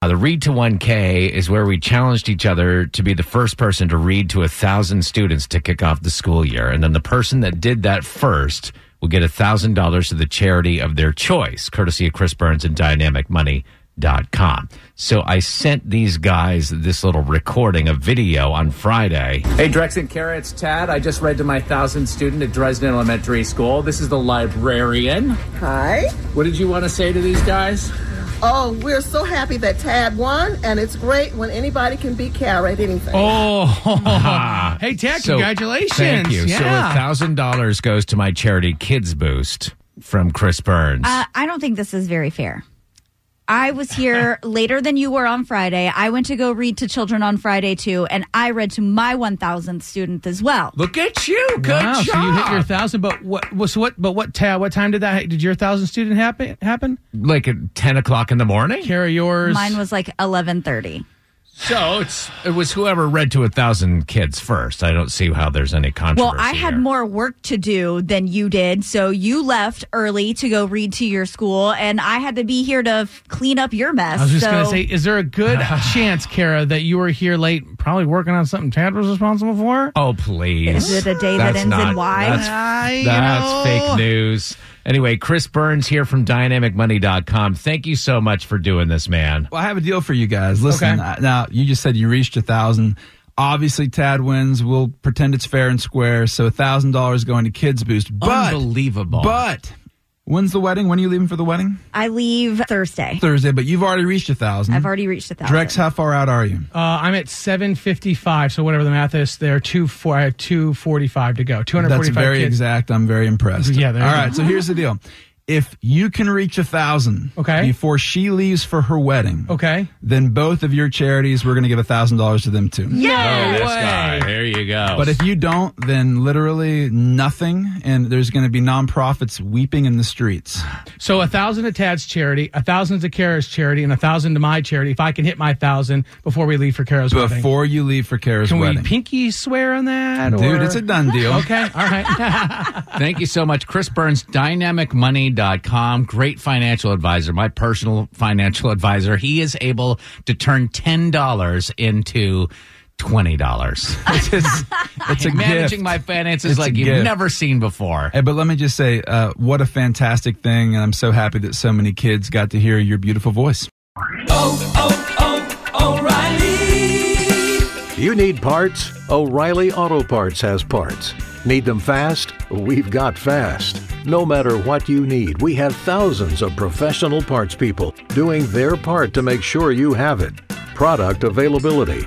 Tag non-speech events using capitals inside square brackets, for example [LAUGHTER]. Uh, the Read to 1K is where we challenged each other to be the first person to read to a thousand students to kick off the school year. And then the person that did that first will get $1,000 to the charity of their choice, courtesy of Chris Burns and DynamicMoney.com. So I sent these guys this little recording, a video on Friday. Hey, Drex and Kara, it's Tad. I just read to my thousand student at Dresden Elementary School. This is the librarian. Hi. What did you want to say to these guys? Oh, we're so happy that Tad won, and it's great when anybody can beat Kara at anything. [LAUGHS] Oh, hey, Tech, So, congratulations. Thank you. Yeah. So $1,000 goes to my charity Kids Boost from Chris Burns. Uh, I don't think this is very fair. I [LAUGHS] was here later than you were on Friday. I went to go read to children on Friday too, and I read to my 1,000th student as well. Look at you. Good wow, job. So you hit your thousand, but what was what? But what? Ta- what time did that? Did your thousand student happen? Happen? like at 10 o'clock in the morning? Carry yours. Mine was like 11:30. So it's it was whoever read to a thousand kids first. I don't see how there's any Well, controversy. I had here. more work to do than you did, so you left early to go read to your school, and I had to be here to f- clean up your mess. I was just so gonna say, is there a [LAUGHS] good chance, Kara, that you were here late, probably working on something Tad was responsible for? Oh please! Is it a day that That's ends in not- Y? That's, I- you that's know. fake news. Anyway, Chris Burns here from DynamicMoney.com. Thank you so much for doing this, man. Well, I have a deal for you guys. Listen, uh, now you just said you reached a thousand. Obviously, Tad wins. We'll pretend it's fair and square. So, thousand dollars going to Kids Boost. But, Unbelievable. But when's the wedding? When are you leaving for the wedding? I leave Thursday. Thursday. But you've already reached a thousand. I've already reached a thousand. Drex, how far out are you? Uh, I'm at 7:55, so whatever the math is, there are two four, I have 245 to go. 245 That's very kids. exact. I'm very impressed. Yeah, there you All go. right. So here's the deal. If you can reach a thousand Okay. before she leaves for her wedding, Okay. then both of your charities we're going to give a thousand dollars to them too. Oh, Yeah. this way. guy. There you go. But if you don't, then literally nothing, and there's going to be nonprofits weeping in the streets. So a thousand to Tad's charity, a thousand to Kara's charity, and a thousand to my charity. If I can hit my thousand before we leave for Kara's wedding, Before you leave for Kara's can wedding, we pinky swear on that? dude, or- it's a done deal. [LAUGHS] okay. All right. Thank you so much, Chris Burns, dynamicmoney.com. Great financial advisor, my personal financial [LAUGHS] advisor. He is able to turn $10 into $20. It's, it's, it's a Managing gift. my finances It's a like you've gift. never seen before. Hey, but let me just say, uh, what a fantastic thing, and I'm so happy that so many kids got to hear your beautiful voice. You need parts? O'Reilly Auto Parts has parts. Need them fast? We've got fast. No matter what you need, we have thousands of professional parts people doing their part to make sure you have it. Product availability.